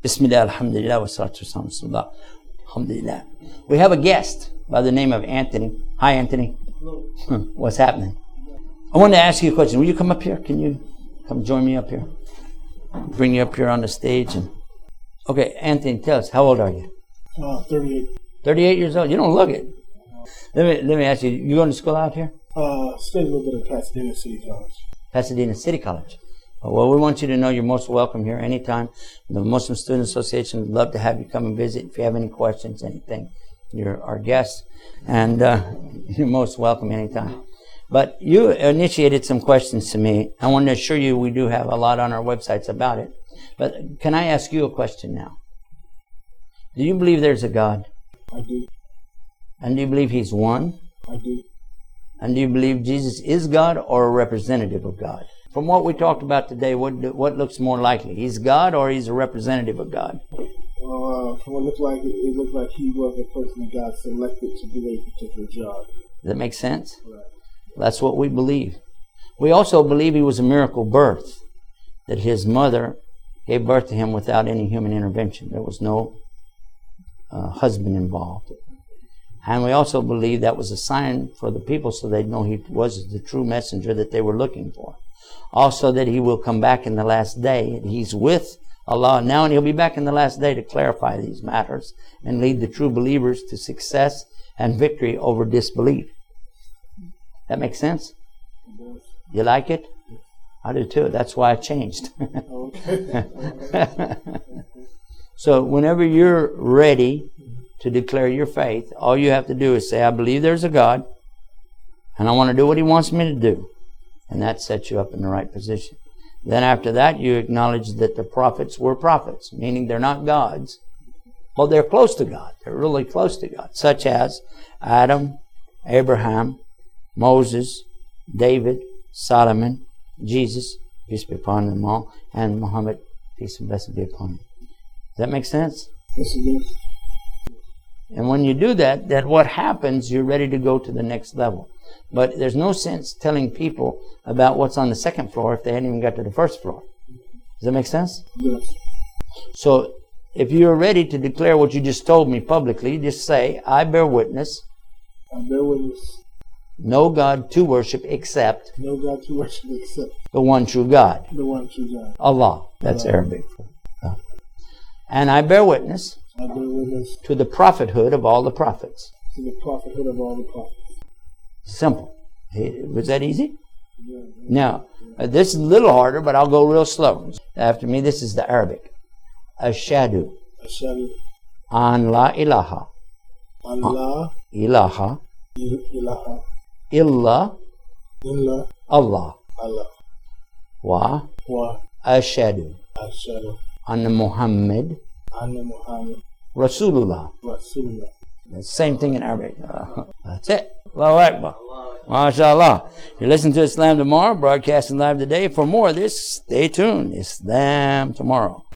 Bismillah, alhamdulillah, wa salatu wa salam, alhamdulillah. We have a guest by the name of Anthony. Hi, Anthony. Hmm, What's happening? I want to ask you a question. Will you come up here? Can you come join me up here? Bring you up here on the stage and. Okay, Anthony, tell us, how old are you? Uh, 38. 38 years old. You don't look it. Let me, let me ask you, you going to school out here? Uh, stayed a little bit in Pasadena City College. Pasadena City College. Well, we want you to know you're most welcome here anytime. The Muslim Student Association would love to have you come and visit. If you have any questions, anything, you're our guest, and uh, you're most welcome anytime. But you initiated some questions to me. I want to assure you we do have a lot on our websites about it. But can I ask you a question now? Do you believe there's a God? I do. And do you believe He's one? I do. And do you believe Jesus is God or a representative of God? From what we talked about today, what what looks more likely? He's God or he's a representative of God? Uh, from what it looked like, it, it looked like he was the person that God selected to do a particular job. Does that make sense? Right. That's what we believe. We also believe he was a miracle birth, that his mother gave birth to him without any human intervention. There was no uh, husband involved. And we also believe that was a sign for the people so they'd know he was the true messenger that they were looking for. Also, that he will come back in the last day. and He's with Allah now, and he'll be back in the last day to clarify these matters and lead the true believers to success and victory over disbelief. That makes sense? You like it? I do too. That's why I changed. Okay. so, whenever you're ready to declare your faith, all you have to do is say, I believe there's a God, and I want to do what He wants me to do. And that sets you up in the right position. Then, after that, you acknowledge that the prophets were prophets, meaning they're not gods. Well, they're close to God. They're really close to God, such as Adam, Abraham, Moses, David, Solomon, Jesus, peace be upon them all, and Muhammad, peace and blessing be upon him. Does that make sense? Yes, it is. And when you do that, that what happens, you're ready to go to the next level. But there's no sense telling people about what's on the second floor if they hadn't even got to the first floor. Does that make sense? Yes. So if you're ready to declare what you just told me publicly, just say, I bear witness, I bear witness, no God to worship except no God to worship except the one true God, the one true God. Allah. That's Arabic. And I bear witness I bear witness to the prophethood of all the prophets. to the prophethood of all the prophets. Simple. Hey, Was that easy? Yeah. Now, uh, this is a little harder, but I'll go real slow. After me, this is the Arabic. Ashadu Ashhadu an la ilaha an la ilaha ilaha illa illa Allah Allah wa wa ashadu ashhadu anna Muhammad anna Muhammad Rasulullah. Rasulullah. The same thing in Arabic. Uh, that's it. Allahu Akbar. MashaAllah. You listen to Islam Tomorrow, broadcasting live today. For more of this, stay tuned. Islam Tomorrow.